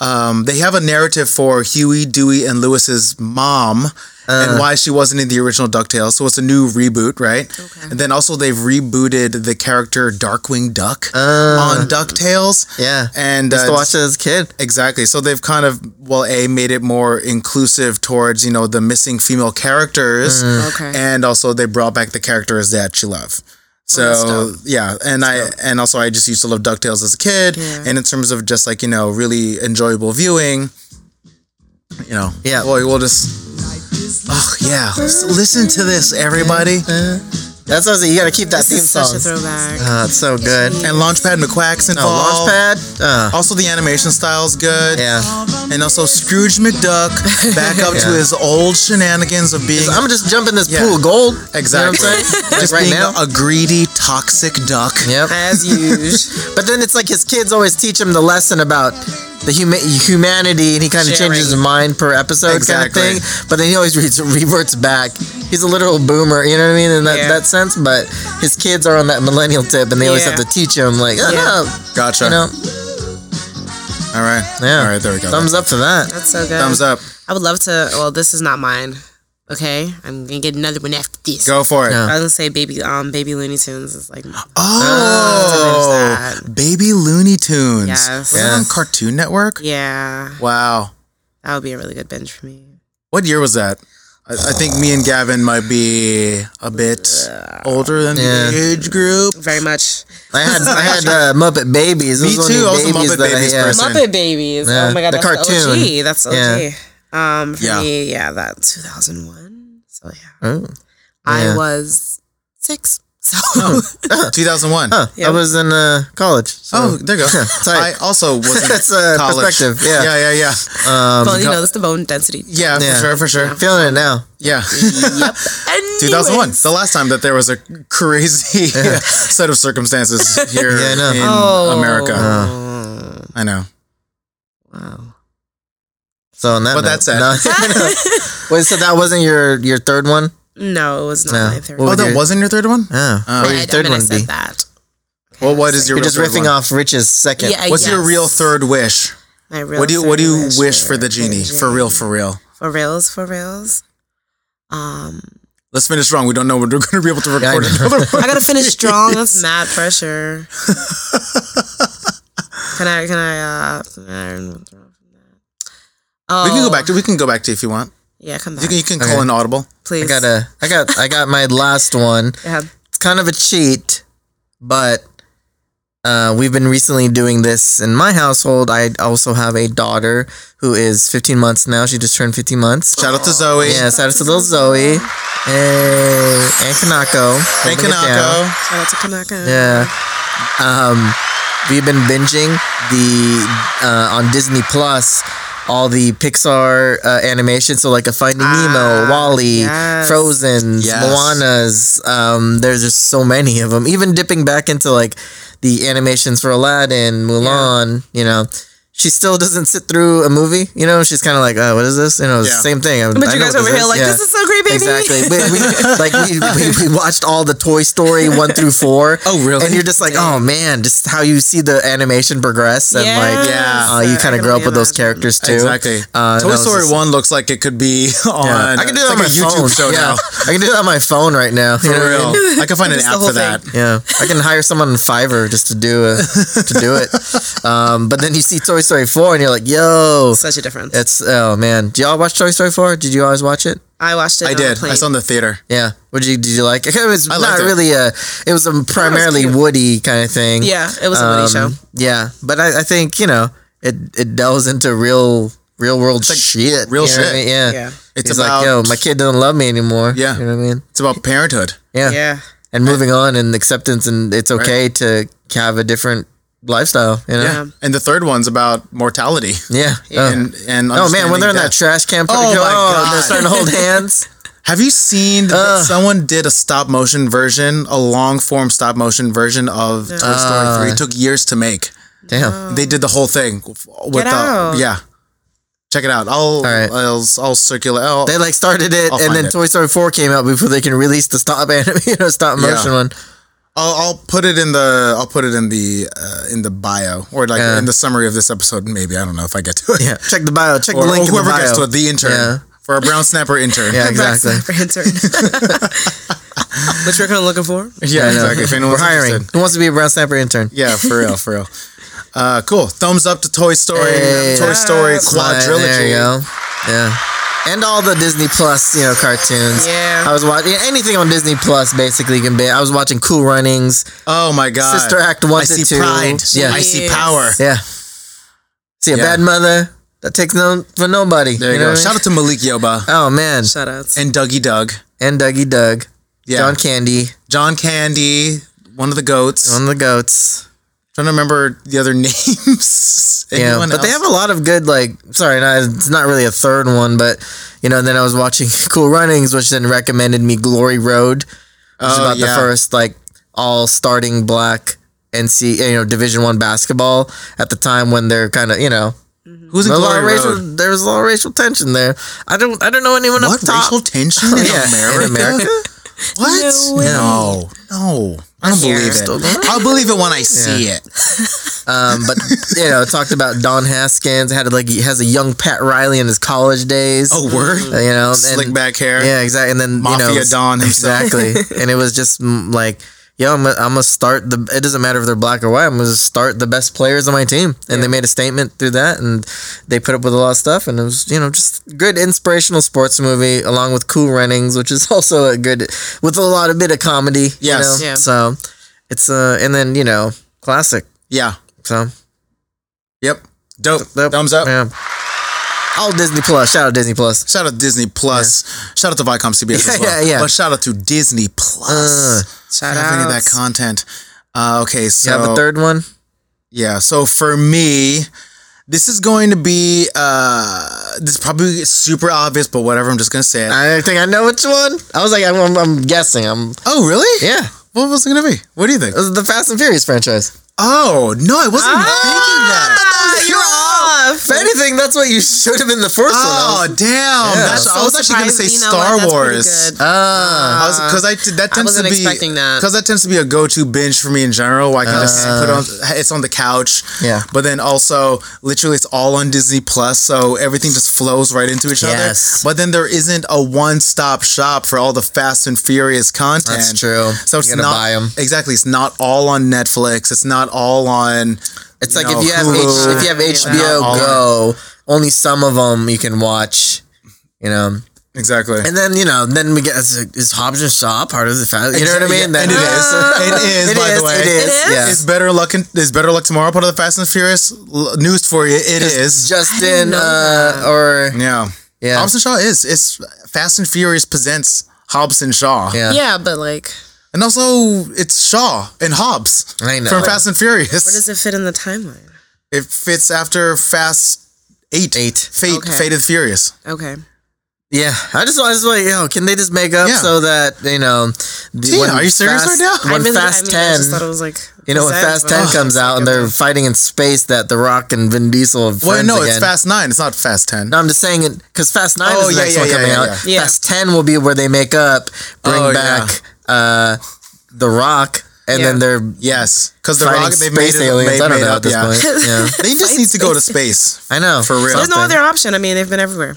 Speaker 1: um, they have a narrative for Huey, Dewey, and Lewis's mom.
Speaker 2: Uh.
Speaker 1: and why she wasn't in the original DuckTales. So it's a new reboot, right? Okay. And then also they've rebooted the character Darkwing Duck on DuckTales.
Speaker 2: Uh. yeah.
Speaker 1: And
Speaker 2: Used to
Speaker 1: uh,
Speaker 2: watch it as a kid.
Speaker 1: Exactly. So they've kind of well, a made it more inclusive towards you know the missing female characters,
Speaker 2: Mm.
Speaker 3: Okay.
Speaker 1: and also they brought back the characters that you love. So yeah, and I and also I just used to love Ducktales as a kid,
Speaker 3: Yeah.
Speaker 1: and in terms of just like you know really enjoyable viewing, you know
Speaker 2: Yeah.
Speaker 1: well we'll just oh yeah Let's listen to this everybody
Speaker 2: That's what I was saying. You got to keep that
Speaker 3: This
Speaker 2: theme
Speaker 3: is such
Speaker 2: song.
Speaker 3: a throwback.
Speaker 1: [laughs]
Speaker 2: Oh, it's so good.
Speaker 1: and Launchpad McQuack's
Speaker 2: Oh,
Speaker 1: involved.
Speaker 2: Launchpad. Uh,
Speaker 1: Also the animation style's good.
Speaker 2: yeah.
Speaker 1: And also Scrooge McDuck back up to
Speaker 2: [laughs] Yeah.
Speaker 1: his old shenanigans of being
Speaker 2: I'm just jumping this
Speaker 1: Yeah.
Speaker 2: pool of gold.
Speaker 1: exactly
Speaker 2: You know what I'm
Speaker 1: [laughs]
Speaker 2: saying?
Speaker 1: just
Speaker 2: Like right
Speaker 1: being
Speaker 2: now.
Speaker 1: a greedy toxic duck.
Speaker 2: Yep.
Speaker 3: As usual.
Speaker 2: But then it's like his kids always teach him the lesson about the huma- humanity, and he kind of changes his mind per episode
Speaker 1: Exactly.
Speaker 2: kind of thing. But then he always reads, reverts back. He's a literal boomer, you know what I mean, in that,
Speaker 3: Yeah.
Speaker 2: that sense. But his kids are on that millennial tip, and they always
Speaker 3: Yeah.
Speaker 2: have to teach him, like, oh,
Speaker 3: Yeah.
Speaker 2: no,
Speaker 1: Gotcha.
Speaker 2: you know,
Speaker 1: All right.
Speaker 2: yeah.
Speaker 1: All right. There we go.
Speaker 2: Thumbs up for that.
Speaker 3: That's so good.
Speaker 1: Thumbs up.
Speaker 3: I would love to. Well, this is not mine. Okay, I'm gonna get another one after this.
Speaker 1: Go for it.
Speaker 2: Yeah.
Speaker 3: I was gonna say baby, um, baby Looney Tunes is like
Speaker 1: Oh,
Speaker 2: Ah,
Speaker 3: Something
Speaker 1: Baby Looney Tunes. Was
Speaker 3: Yes.
Speaker 1: that on Cartoon Network?
Speaker 3: yeah,
Speaker 1: Wow.
Speaker 3: that would be a really good binge for me.
Speaker 1: What year was that? I, I think me and Gavin might be a bit older than
Speaker 2: Yeah.
Speaker 1: the age group.
Speaker 3: Very much
Speaker 2: I had
Speaker 3: [laughs]
Speaker 2: I had uh, Muppet Babies.
Speaker 1: Me
Speaker 2: Those were
Speaker 1: too.
Speaker 2: new
Speaker 1: I was a Muppet
Speaker 2: that I-
Speaker 1: Babies
Speaker 2: yeah.
Speaker 1: person.
Speaker 3: Muppet Babies.
Speaker 2: Yeah,
Speaker 3: Oh my god,
Speaker 2: the
Speaker 3: that's
Speaker 2: cartoon.
Speaker 3: the OG. That's the OG. Um, for
Speaker 1: Yeah.
Speaker 3: me, yeah, that 2001. So yeah,
Speaker 2: Oh, yeah. Oh,
Speaker 3: I was six. [laughs] So
Speaker 2: [laughs]
Speaker 1: 2001.
Speaker 2: Huh.
Speaker 3: Yeah.
Speaker 2: I was in uh, college. [laughs] So.
Speaker 1: Oh, there you go. I
Speaker 2: tight. [laughs]
Speaker 1: also was in
Speaker 2: That's a
Speaker 1: college.
Speaker 2: perspective. Yeah. Um,
Speaker 1: yeah, yeah, yeah.
Speaker 3: well, you know, it's the bone density.
Speaker 1: Yeah,
Speaker 2: Yeah.
Speaker 1: for sure, for sure.
Speaker 2: Feeling it now.
Speaker 1: Yeah. [laughs]
Speaker 3: Anyways,
Speaker 1: 2001. The last time that there was a
Speaker 2: [laughs]
Speaker 1: crazy [laughs] set of circumstances here
Speaker 2: Yeah, I know. Uh.
Speaker 1: in
Speaker 3: Oh.
Speaker 1: America. I know.
Speaker 3: Wow.
Speaker 2: So on that
Speaker 1: But
Speaker 2: note-
Speaker 1: that's it.
Speaker 2: No. [laughs] Wait, so that wasn't your your third one?
Speaker 3: No, it was not
Speaker 2: No.
Speaker 3: my third.
Speaker 2: What
Speaker 1: Oh,
Speaker 2: would
Speaker 3: one.
Speaker 1: that
Speaker 2: your-
Speaker 1: wasn't your third one?
Speaker 2: Oh.
Speaker 1: Oh.
Speaker 2: What would
Speaker 3: I
Speaker 2: your
Speaker 3: admit
Speaker 2: third
Speaker 3: I
Speaker 2: one
Speaker 3: said
Speaker 2: be?
Speaker 3: that.
Speaker 1: Well, what is your
Speaker 2: You're just
Speaker 1: real third one?
Speaker 2: riffing off Rich's second.
Speaker 3: Yeah,
Speaker 1: What's your real third wish?
Speaker 3: My real
Speaker 1: What do you What do you
Speaker 3: third
Speaker 1: wish for the genie? For real, for real.
Speaker 3: For reals, for reals. Um,
Speaker 1: Let's finish strong. We don't know when we're going to be able to
Speaker 2: I
Speaker 1: record
Speaker 2: know.
Speaker 1: another one.
Speaker 3: I gotta finish strong. That's
Speaker 1: [laughs]
Speaker 3: mad pressure. can I? Can I? Uh, can I oh,
Speaker 1: We can go back to. We can go back to if you want.
Speaker 3: Yeah, come back,
Speaker 1: You can, you can call
Speaker 2: Okay.
Speaker 1: an audible.
Speaker 3: please.
Speaker 2: I got a, I got, I got my last one.
Speaker 3: Yeah.
Speaker 2: It's kind of a cheat, but uh, we've been recently doing this in my household. I also have a daughter who is 15 months now. She just turned 15 months.
Speaker 1: Shout out to Zoe.
Speaker 2: Yeah, shout out to little Zoe. Hey, and Kanako.
Speaker 1: Hey,
Speaker 2: Holding it down.
Speaker 1: Kanako.
Speaker 3: Shout out to Kanaka.
Speaker 2: Yeah. Um, we've been binging the uh, on Disney Plus all the Pixar uh, animation. So like a Finding Nemo, Wally,
Speaker 3: Ah, yes.
Speaker 2: Frozen,
Speaker 1: Yes.
Speaker 2: Moana's. Um, there's just so many of them. Even dipping back into like the animations for Aladdin, Mulan. You know. She still doesn't sit through a movie, you know. She's kind of like, "Oh, what is this?" You know,
Speaker 1: Yeah.
Speaker 2: same thing.
Speaker 3: But you guys over here like this is so great, baby.
Speaker 2: Exactly.
Speaker 3: [laughs]
Speaker 2: We,
Speaker 1: [laughs]
Speaker 2: we, like we, we, we watched all the Toy Story one through four.
Speaker 1: Oh, really?
Speaker 2: And you're just like, oh man, just how you see the animation progress and like,
Speaker 1: Yeah.
Speaker 2: uh, you
Speaker 3: I
Speaker 2: kind of
Speaker 3: can
Speaker 2: grow up
Speaker 3: only
Speaker 2: with those
Speaker 3: imagine.
Speaker 2: characters too.
Speaker 1: Exactly.
Speaker 2: Uh,
Speaker 1: Toy
Speaker 2: no, it's
Speaker 1: Story
Speaker 2: just-
Speaker 1: One looks like it could be [laughs] on.
Speaker 2: yeah. I can do
Speaker 1: it's
Speaker 2: that on
Speaker 1: like
Speaker 2: my
Speaker 1: a YouTube
Speaker 2: phone.
Speaker 1: show
Speaker 2: yeah.
Speaker 1: now.
Speaker 2: I can do that on my phone right now.
Speaker 1: For
Speaker 2: you know what I mean?
Speaker 3: [laughs]
Speaker 1: real, I can find an
Speaker 3: Just the
Speaker 1: app
Speaker 3: whole
Speaker 1: for that.
Speaker 2: Yeah, I can hire someone on Fiverr just to do a, to do
Speaker 1: [laughs]
Speaker 2: it. Um, but then you see Toy Story four, and you're like, "Yo,
Speaker 3: Such a difference.
Speaker 2: it's oh man." Do y'all watch Toy Story four? Did you always watch it?
Speaker 3: I watched it.
Speaker 1: I
Speaker 3: on
Speaker 1: did.
Speaker 3: The plane.
Speaker 1: I saw in the theater.
Speaker 2: Yeah. Would you did you like? It [laughs] was
Speaker 1: I
Speaker 2: not
Speaker 1: liked it.
Speaker 2: really a. It was a primarily Woody kind of thing.
Speaker 3: yeah, it was a Woody show.
Speaker 2: Um, Yeah, but I, I think you know it. It delves into real real world shit.
Speaker 1: real
Speaker 2: you know what I
Speaker 1: shit.
Speaker 2: mean? Yeah.
Speaker 3: Yeah.
Speaker 1: It's
Speaker 2: It's
Speaker 1: about
Speaker 2: like yo, my kid doesn't love me anymore.
Speaker 1: Yeah.
Speaker 2: You know what I mean?
Speaker 1: it's about parenthood.
Speaker 2: Yeah.
Speaker 3: Yeah.
Speaker 2: And moving on and acceptance and it's okay to have a different lifestyle. You know.
Speaker 1: Yeah. [laughs] And the third one's about mortality.
Speaker 2: Yeah. Oh.
Speaker 1: And and
Speaker 2: Oh man, when they're in that
Speaker 1: understanding
Speaker 2: trash can,
Speaker 1: Oh,
Speaker 2: oh,
Speaker 1: my
Speaker 2: and they're
Speaker 1: God.
Speaker 2: starting to hold
Speaker 3: [laughs]
Speaker 2: hands.
Speaker 1: Have you seen that
Speaker 2: Ugh.
Speaker 1: someone did a stop motion version, a long form stop motion version of Toy Story
Speaker 2: Uh.
Speaker 1: Three? It took years to make.
Speaker 2: Damn.
Speaker 3: Oh.
Speaker 1: They did the whole thing with the
Speaker 3: out.
Speaker 1: yeah. Check it out. I'll
Speaker 2: right.
Speaker 1: I'll, I'll circulate. I'll,
Speaker 2: They like started it,
Speaker 1: I'll
Speaker 2: and
Speaker 1: find
Speaker 2: then
Speaker 1: it.
Speaker 2: Toy Story Four came out before they can release the stop [laughs] anim- you know, stop
Speaker 1: Yeah.
Speaker 2: motion one.
Speaker 1: I'll I'll put it in the I'll put it in the uh, in the bio or like
Speaker 2: Yeah.
Speaker 1: in the summary of this episode. Maybe I don't know if I get to it.
Speaker 2: Yeah, check the bio. Check
Speaker 1: Or,
Speaker 2: the
Speaker 1: or
Speaker 2: link. in
Speaker 1: whoever
Speaker 2: the bio.
Speaker 1: gets to it, the intern
Speaker 2: Yeah.
Speaker 1: for a brown snapper intern.
Speaker 2: Yeah, [laughs]
Speaker 3: [laughs]
Speaker 2: exactly.
Speaker 3: For
Speaker 1: [laughs]
Speaker 3: intern. Which we're kind of looking for.
Speaker 1: yeah,
Speaker 2: I know.
Speaker 1: exactly. If anyone's
Speaker 2: We're hiring.
Speaker 1: interested.
Speaker 2: Who wants to be a brown snapper intern?
Speaker 1: Yeah, for real, for
Speaker 2: [laughs]
Speaker 1: real. Uh, cool. Thumbs up to Toy Story.
Speaker 2: Hey,
Speaker 1: Toy Story quadrilogy.
Speaker 2: There you go. Yeah. And all the Disney Plus, you know, cartoons.
Speaker 3: Yeah.
Speaker 2: I was watching anything on Disney Plus basically can be. I was watching Cool Runnings.
Speaker 1: Oh my god.
Speaker 2: Sister Act one
Speaker 1: I
Speaker 2: to
Speaker 1: see
Speaker 2: two.
Speaker 1: pride.
Speaker 2: Yeah.
Speaker 1: I see power.
Speaker 2: Yeah. See a
Speaker 1: Yeah.
Speaker 2: bad mother that takes no for nobody.
Speaker 1: There you,
Speaker 2: know
Speaker 1: go.
Speaker 2: what I
Speaker 1: Shout
Speaker 2: mean?
Speaker 1: out to Malik Yoba
Speaker 2: Oh man.
Speaker 3: Shout outs.
Speaker 1: and Dougie Doug.
Speaker 2: And Dougie Doug.
Speaker 1: Yeah.
Speaker 2: John
Speaker 1: John,
Speaker 2: Candy.
Speaker 1: Candy, one of the goats.
Speaker 2: On the goats.
Speaker 1: trying to remember the other [laughs] names.
Speaker 2: Yeah,
Speaker 1: Anyone
Speaker 2: but they
Speaker 1: else?
Speaker 2: have a lot of good like. Sorry, not, it's not really a third one, but you know. Then I was watching [laughs] Cool Runnings, which then recommended me Glory Road, which is
Speaker 1: Oh,
Speaker 2: about the
Speaker 1: yeah.
Speaker 2: first like all starting black NC, you know, Division One basketball at the time when they're kind of you know
Speaker 1: Who's in
Speaker 2: a lot of
Speaker 1: Glory
Speaker 2: racial.
Speaker 1: Road?
Speaker 2: There was a lot of racial tension there. I don't. I don't know anyone up
Speaker 1: What
Speaker 2: top.
Speaker 1: racial tension in
Speaker 2: [laughs] Yeah,
Speaker 1: America?
Speaker 2: in America.
Speaker 1: What?
Speaker 3: No way.
Speaker 1: no, no. I don't believe it. I'll believe it when I see it.
Speaker 2: Um, but you know, it talked about Don Haskins had like he has a young Pat Riley in his college days.
Speaker 1: Oh, word.
Speaker 2: Uh, you know,
Speaker 1: Slick
Speaker 2: and-
Speaker 1: back hair.
Speaker 2: Yeah, exactly. And then you know,
Speaker 1: Mafia Don himself.
Speaker 2: Exactly.
Speaker 1: [laughs]
Speaker 2: and it was just mm, like, yo, I'm gonna start the. It doesn't matter if they're black or white. I'm gonna start the best players on my team. And they made a statement through that, and they put up with a lot of stuff. And it was, you know, just good inspirational sports movie, along with Cool Runnings, which is [laughs] also a good with a lot of bit of comedy. Yeah.
Speaker 1: Yes.
Speaker 3: Yeah.
Speaker 2: So it's uh, and then you know, classic.
Speaker 1: Yeah.
Speaker 2: So
Speaker 1: Yep. Dope.
Speaker 2: Yep.
Speaker 1: Thumbs up.
Speaker 2: yeah. All Disney Plus. Shout out Disney Plus.
Speaker 1: Shout out Disney Plus. Shout out to Viacom CBS
Speaker 2: Yeah,
Speaker 1: as well.
Speaker 2: yeah, yeah. Uh,
Speaker 1: But shout out to Disney Plus.
Speaker 3: Shout
Speaker 1: Have any of that
Speaker 3: outs.
Speaker 1: content. Uh, okay,
Speaker 2: You
Speaker 1: so
Speaker 2: have a third one.
Speaker 1: yeah, so for me, this is going to be uh, this is probably super obvious, but whatever. I'm just gonna say it.
Speaker 2: I think I know which one. I was like, I'm, I'm, I'm guessing. I'm
Speaker 1: oh, really?
Speaker 2: yeah. Uh,
Speaker 1: What was it gonna be? What do you think?
Speaker 2: It was the Fast and Furious franchise. Ah!
Speaker 1: Oh no, I wasn't thinking that. [laughs]
Speaker 3: Ah, you're on. enough.
Speaker 2: If anything, that's what you should have been the first
Speaker 1: Oh
Speaker 2: one.
Speaker 1: damn! That's, I
Speaker 3: So
Speaker 1: was actually gonna
Speaker 3: surprised-
Speaker 1: say
Speaker 3: you know
Speaker 1: Star
Speaker 3: what, that's pretty
Speaker 1: Wars. Uh,
Speaker 2: Oh.
Speaker 3: good.
Speaker 2: Ah.
Speaker 1: I was because I that tends
Speaker 3: wasn't
Speaker 1: to be
Speaker 3: expecting that.
Speaker 1: because that tends to be a go-to binge for me in general. Where I can just put on it's on the couch.
Speaker 2: Yeah.
Speaker 1: but then also literally it's all on Disney Plus, so everything just flows right into each
Speaker 2: Yes.
Speaker 1: other. But then there isn't a one-stop shop for all the Fast and Furious content.
Speaker 2: That's true.
Speaker 1: So
Speaker 2: You
Speaker 1: it's
Speaker 2: gotta
Speaker 1: not
Speaker 2: buy 'em.
Speaker 1: exactly. It's not all on Netflix. It's not all on.
Speaker 2: It's
Speaker 1: you
Speaker 2: like
Speaker 1: know,
Speaker 2: if you have
Speaker 1: Hulu.
Speaker 2: H- if you have
Speaker 1: all
Speaker 2: HBO Go, only some of them you can watch. You know,
Speaker 1: exactly.
Speaker 2: and then you know, then we get is, is Hobbs and Shaw part of the family? You know what I mean?
Speaker 1: And it is. [laughs] It is.
Speaker 2: It
Speaker 1: by
Speaker 2: is,
Speaker 1: the way,
Speaker 2: it is, It is? yeah.
Speaker 1: It's better luck. In, it's better luck tomorrow. Part of the Fast and Furious L- news for you. It is.
Speaker 2: Justin uh, or
Speaker 1: yeah.
Speaker 2: Yeah.
Speaker 1: Hobson Shaw is. It's Fast and Furious presents Hobson Shaw.
Speaker 2: yeah,
Speaker 3: Yeah, but like,
Speaker 1: And also, it's Shaw and Hobbs
Speaker 2: I know.
Speaker 1: from Fast and
Speaker 3: where
Speaker 1: Furious.
Speaker 3: does it fit in the timeline?
Speaker 1: It fits after Fast Eight.
Speaker 2: Eight.
Speaker 1: Fate.
Speaker 3: Okay.
Speaker 1: Fate of the Furious.
Speaker 3: Okay.
Speaker 2: Yeah, I just I was like, yo, can they just make up
Speaker 1: Yeah.
Speaker 2: so that you know?
Speaker 1: Tina, are you serious right
Speaker 2: fast,
Speaker 1: now?
Speaker 2: When
Speaker 3: I really,
Speaker 2: Fast
Speaker 3: I mean, I just
Speaker 2: Ten,
Speaker 3: thought it was like,
Speaker 2: you know, when
Speaker 3: sad,
Speaker 2: Fast
Speaker 3: but- oh,
Speaker 2: Ten comes out and they're fighting in space, that The Rock and Vin Diesel are friends
Speaker 1: Well, no,
Speaker 2: again.
Speaker 1: it's Fast Nine. It's not Fast Ten.
Speaker 2: No, I'm just saying it because Fast Nine
Speaker 1: Oh,
Speaker 2: is the
Speaker 1: yeah,
Speaker 2: next
Speaker 1: yeah,
Speaker 2: one
Speaker 1: yeah,
Speaker 2: coming
Speaker 1: yeah,
Speaker 2: out.
Speaker 1: yeah.
Speaker 3: Yeah.
Speaker 2: Fast Ten will be where they make up, bring
Speaker 1: Oh,
Speaker 2: back uh, The Rock, and
Speaker 3: Yeah.
Speaker 2: then they're
Speaker 1: Yes, because the
Speaker 2: fighting
Speaker 1: Rock they've made
Speaker 2: space
Speaker 1: it.
Speaker 2: aliens.
Speaker 1: Made,
Speaker 2: I don't
Speaker 1: made
Speaker 2: know
Speaker 1: up,
Speaker 2: at this
Speaker 1: yeah. [laughs]
Speaker 2: point. Yeah,
Speaker 1: They just need to go to space.
Speaker 2: I know
Speaker 1: For real.
Speaker 3: There's no
Speaker 2: Something.
Speaker 3: other option. I mean, they've been everywhere.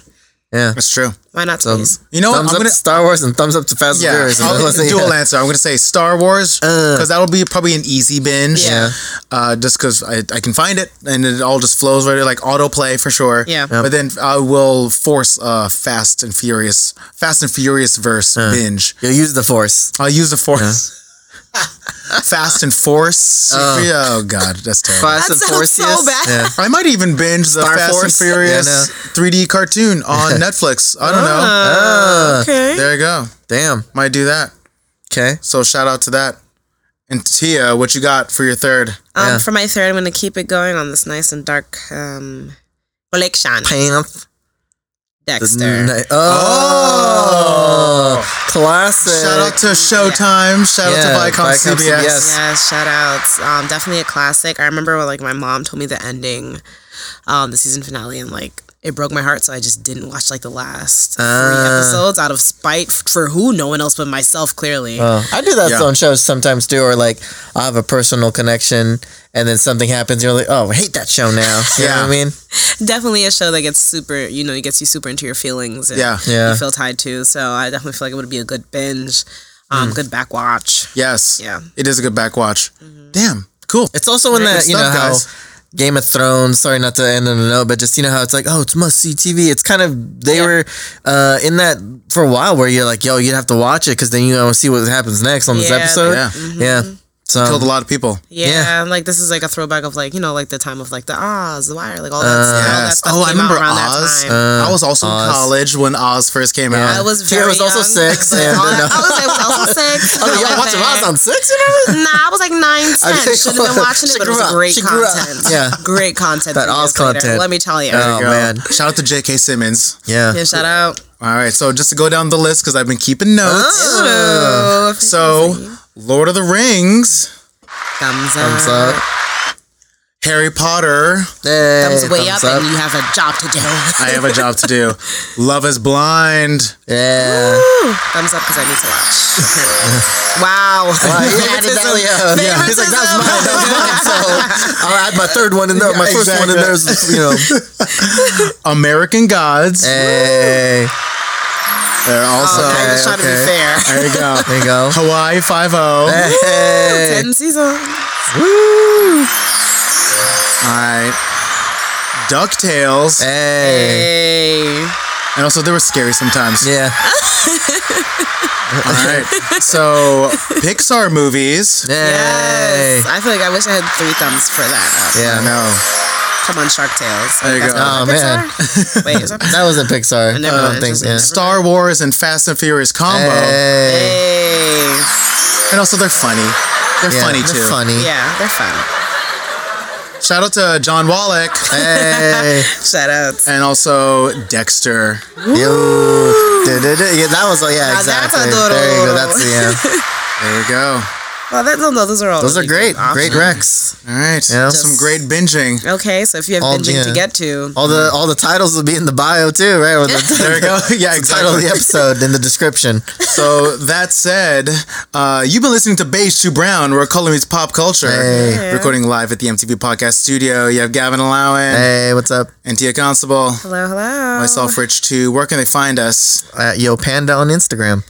Speaker 2: Yeah.
Speaker 1: That's true.
Speaker 3: Why not
Speaker 2: So,
Speaker 3: space?
Speaker 1: You know what?
Speaker 2: thumbs
Speaker 1: I'm
Speaker 2: up
Speaker 1: gonna-
Speaker 2: to Star Wars and thumbs up to Fast and Furious.
Speaker 1: I'll-
Speaker 2: Yeah. Uh.
Speaker 1: dual answer. I'm going to say Star Wars because that'll be probably an easy binge.
Speaker 2: Yeah.
Speaker 1: Uh, just because I, I can find it and it all just flows right like autoplay for sure.
Speaker 3: Yeah.
Speaker 1: But then I will force a Fast and Furious, Fast and Furious verse
Speaker 2: Uh.
Speaker 1: binge.
Speaker 2: You'll use the Force.
Speaker 1: I'll use the force. [laughs] Fast and Force. Oh God, that's terrible.
Speaker 2: Uh. Fast
Speaker 3: That
Speaker 2: and
Speaker 3: sounds so
Speaker 2: Forcius.
Speaker 3: bad.
Speaker 2: Yeah.
Speaker 1: I might even binge the
Speaker 2: Star
Speaker 1: Fast
Speaker 2: Force?
Speaker 1: and
Speaker 2: Yeah, I
Speaker 1: Furious
Speaker 2: know.
Speaker 1: 3D cartoon
Speaker 2: [laughs]
Speaker 1: on Netflix. I don't know.
Speaker 3: [laughs]
Speaker 2: uh,
Speaker 3: Okay.
Speaker 1: There you go.
Speaker 2: Damn.
Speaker 1: Might do that.
Speaker 2: Okay.
Speaker 1: So shout out to that. And Tia, what you got for your third?
Speaker 3: Um,
Speaker 2: Yeah.
Speaker 3: For my third, I'm going to keep it going on this nice and dark um, collection.
Speaker 2: Pamp.
Speaker 3: Dexter.
Speaker 2: Ni- Mm. Oh, classic.
Speaker 1: Shout out to Showtime. Shout
Speaker 2: Yeah,
Speaker 1: out to Viacom,
Speaker 2: Viacom
Speaker 1: CBS.
Speaker 2: CBS.
Speaker 3: Yeah, shout outs. Um, definitely a classic. I remember when like my mom told me the ending, um, the season finale, and like it broke my heart. So I just didn't watch like the last three
Speaker 2: Ah.
Speaker 3: episodes out of spite f- for who? No one else but myself. Clearly,
Speaker 2: Oh, I do that
Speaker 1: Uh, Yeah.
Speaker 2: on shows sometimes too, or like I have a personal connection, and then something happens, you're like, oh, I hate that show now. You know
Speaker 1: Yeah.
Speaker 2: what I mean?
Speaker 3: definitely a show that gets super. You know, it gets you super into your feelings. And
Speaker 1: Yeah.
Speaker 2: Yeah.
Speaker 3: you feel tied to. So I definitely feel like it would be a good binge, um,
Speaker 2: Mm.
Speaker 3: good back watch.
Speaker 1: Yes.
Speaker 3: Yeah. Mm-hmm.
Speaker 1: It is a good back watch. Damn. Cool.
Speaker 2: It's also when that
Speaker 1: Good
Speaker 2: you know
Speaker 1: stuff,
Speaker 2: how
Speaker 1: guys.
Speaker 2: Game of Thrones. Sorry, not to end on a note, but just you know how it's like, oh, it's must see TV. It's kind of they were uh, in that for a while where you're like, yo, you'd have to watch it because then you know see what happens next on this
Speaker 3: Yeah, Mm-hmm.
Speaker 2: episode.
Speaker 1: yeah.
Speaker 2: yeah. So
Speaker 3: Um,
Speaker 1: Killed a lot of people.
Speaker 3: Yeah,
Speaker 2: Yeah.
Speaker 3: and, like this is like a throwback of like you know like the time of like the Oz, the Wire, like all that. stuff, all that
Speaker 1: Yes.
Speaker 3: stuff
Speaker 1: Oh, I
Speaker 3: came out
Speaker 1: remember
Speaker 3: around that
Speaker 1: Oz.
Speaker 3: time.
Speaker 1: I was also in college when Oz first came
Speaker 3: I
Speaker 1: out.
Speaker 3: was
Speaker 2: Tara
Speaker 3: very
Speaker 2: was also
Speaker 3: young. [laughs]
Speaker 2: six, and
Speaker 3: I,
Speaker 2: then, uh,
Speaker 3: I was, I
Speaker 2: [laughs]
Speaker 3: was also six.
Speaker 2: I was like, Oh, y'all watching Oz on six, you know?
Speaker 3: Nah, I was like nine,
Speaker 2: [laughs]
Speaker 3: ten.
Speaker 2: think-
Speaker 3: Should have been watching
Speaker 2: She
Speaker 3: it, but it
Speaker 2: grew
Speaker 3: was
Speaker 2: up.
Speaker 3: great
Speaker 2: She grew up.
Speaker 3: content.
Speaker 2: Yeah.
Speaker 3: great content.
Speaker 2: That
Speaker 3: three
Speaker 2: Oz
Speaker 3: years later,
Speaker 2: content.
Speaker 3: Let me tell you.
Speaker 2: Oh,
Speaker 1: Go.
Speaker 2: man.
Speaker 1: Shout out to J.K. Simmons.
Speaker 2: Yeah.
Speaker 3: Yeah, shout out.
Speaker 1: All right. So just to go down the list because I've been
Speaker 3: Oh,
Speaker 1: keeping notes. So Lord of the Rings,
Speaker 3: Thumbs up.
Speaker 2: Thumbs up.
Speaker 1: Harry Potter.
Speaker 2: Hey,
Speaker 3: Thumbs way up,
Speaker 2: thumbs
Speaker 3: and you have a
Speaker 2: [laughs]
Speaker 3: job to do.
Speaker 1: I have a job to do. Love is Blind.
Speaker 2: Yeah.
Speaker 3: [laughs] Thumbs up because I need to
Speaker 2: [laughs]
Speaker 3: watch. wow. [laughs]
Speaker 2: You added that, [laughs] yeah. Yeah. He's like, that's mine, that's mine. So I'll add my third one in there, my first one in there is, you know.
Speaker 3: [laughs]
Speaker 1: American Gods.
Speaker 2: Hey.
Speaker 3: Eh.
Speaker 1: They're also
Speaker 3: I was trying to be fair.
Speaker 1: there. You go.
Speaker 2: There you go.
Speaker 1: [laughs] Hawaii Five O. All
Speaker 2: Hey.
Speaker 3: Ten season.
Speaker 1: right. Ducktales.
Speaker 2: Hey.
Speaker 3: Hey.
Speaker 1: And also, they were scary sometimes.
Speaker 2: Yeah.
Speaker 1: All right.
Speaker 2: [laughs]
Speaker 1: So, Pixar movies.
Speaker 2: Hey.
Speaker 3: Yes. I feel like I wish I had three thumbs for
Speaker 1: I
Speaker 3: that.
Speaker 2: Yeah.
Speaker 1: know.
Speaker 3: Come on, Shark Tales.
Speaker 1: There you
Speaker 3: That's
Speaker 1: go.
Speaker 3: not
Speaker 2: Oh, man.
Speaker 3: Pixar?
Speaker 2: [laughs]
Speaker 3: Wait, is that
Speaker 2: That wasn't Pixar. I
Speaker 3: never
Speaker 2: don't
Speaker 3: mind,
Speaker 2: think
Speaker 3: it's
Speaker 2: yeah.
Speaker 3: just-
Speaker 1: Star Wars and Fast and Furious combo.
Speaker 2: Hey.
Speaker 3: Hey.
Speaker 1: And also, they're funny. They're
Speaker 2: Yeah,
Speaker 1: funny
Speaker 2: they're
Speaker 1: too.
Speaker 2: funny.
Speaker 3: Yeah, they're fun.
Speaker 1: Shout out to John Wallach
Speaker 2: Hey.
Speaker 3: [laughs] Shout outs.
Speaker 1: and also Dexter.
Speaker 2: Yo. Du-du-du. Yeah, that was, yeah,
Speaker 3: that's
Speaker 2: exactly.
Speaker 3: adorable.
Speaker 2: There you go. That's the end.
Speaker 1: There you go.
Speaker 3: Well, that, no, no, those are all.
Speaker 2: Those are
Speaker 3: really
Speaker 2: great,
Speaker 3: good options.
Speaker 2: great recs.
Speaker 1: All right.
Speaker 2: Yeah.
Speaker 1: Some great binging.
Speaker 3: Okay, so if you have
Speaker 2: All-
Speaker 3: binging
Speaker 2: yeah.
Speaker 3: to get to,
Speaker 2: All the all the titles will be in the bio too, right? Or
Speaker 3: [laughs]
Speaker 2: the,
Speaker 1: There we
Speaker 2: [laughs]
Speaker 1: go. Yeah,
Speaker 2: title
Speaker 1: exactly.
Speaker 2: of the episode in the description.
Speaker 1: So that said, uh, you've been listening to Beige Sue Brown. We're calling it's pop culture.
Speaker 2: Hey.
Speaker 1: Recording live at the MTV Podcast Studio. You have Gavin Allowan
Speaker 2: Hey, what's up?
Speaker 1: and Tia Constable.
Speaker 3: hello, hello.
Speaker 1: Myself, Rich Two. Where can they find us?
Speaker 2: At Uh, Yo Panda on Instagram.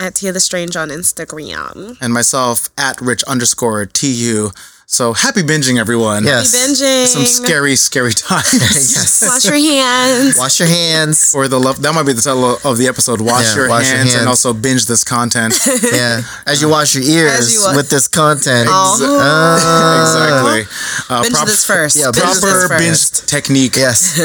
Speaker 3: at Tia the Strange on Instagram.
Speaker 1: And myself at Rich underscore Tu. So happy binging, everyone.
Speaker 2: Yes.
Speaker 3: Be binging.
Speaker 1: Some scary, scary times.
Speaker 2: [laughs] yes.
Speaker 3: Wash your hands.
Speaker 2: Wash your
Speaker 3: [laughs]
Speaker 2: hands.
Speaker 1: Or the love that might be the title of the episode. Wash, your,
Speaker 2: Yeah, wash
Speaker 1: hands
Speaker 2: your
Speaker 1: and
Speaker 2: hands.
Speaker 1: also binge this
Speaker 2: [laughs]
Speaker 1: content.
Speaker 2: Yeah. As you wash your ears
Speaker 3: As you wa- Oh.
Speaker 2: with this
Speaker 3: [laughs]
Speaker 2: content.
Speaker 1: exactly. Uh,
Speaker 3: binge
Speaker 1: prop-
Speaker 3: this first.
Speaker 2: yeah,
Speaker 3: Binge this
Speaker 1: Proper
Speaker 3: first.
Speaker 1: binge technique.
Speaker 2: Yes.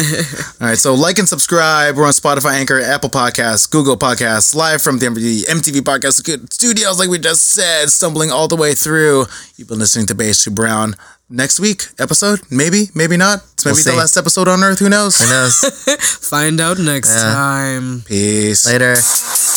Speaker 1: [laughs] All right, so like and subscribe. We're on Spotify, Anchor, Apple Podcasts, Google Podcasts, live from the MTV, MTV Podcast Studios, like we just said, stumbling all the way through. You've been listening to Bass to Brown. Next week, episode, maybe, maybe not. It's maybe
Speaker 2: We'll
Speaker 1: the
Speaker 2: see.
Speaker 1: last episode on Earth. Who knows?
Speaker 2: Yes.
Speaker 3: [laughs] Find out next
Speaker 2: Yeah.
Speaker 3: time.
Speaker 1: Peace.
Speaker 2: Later.
Speaker 7: Bye.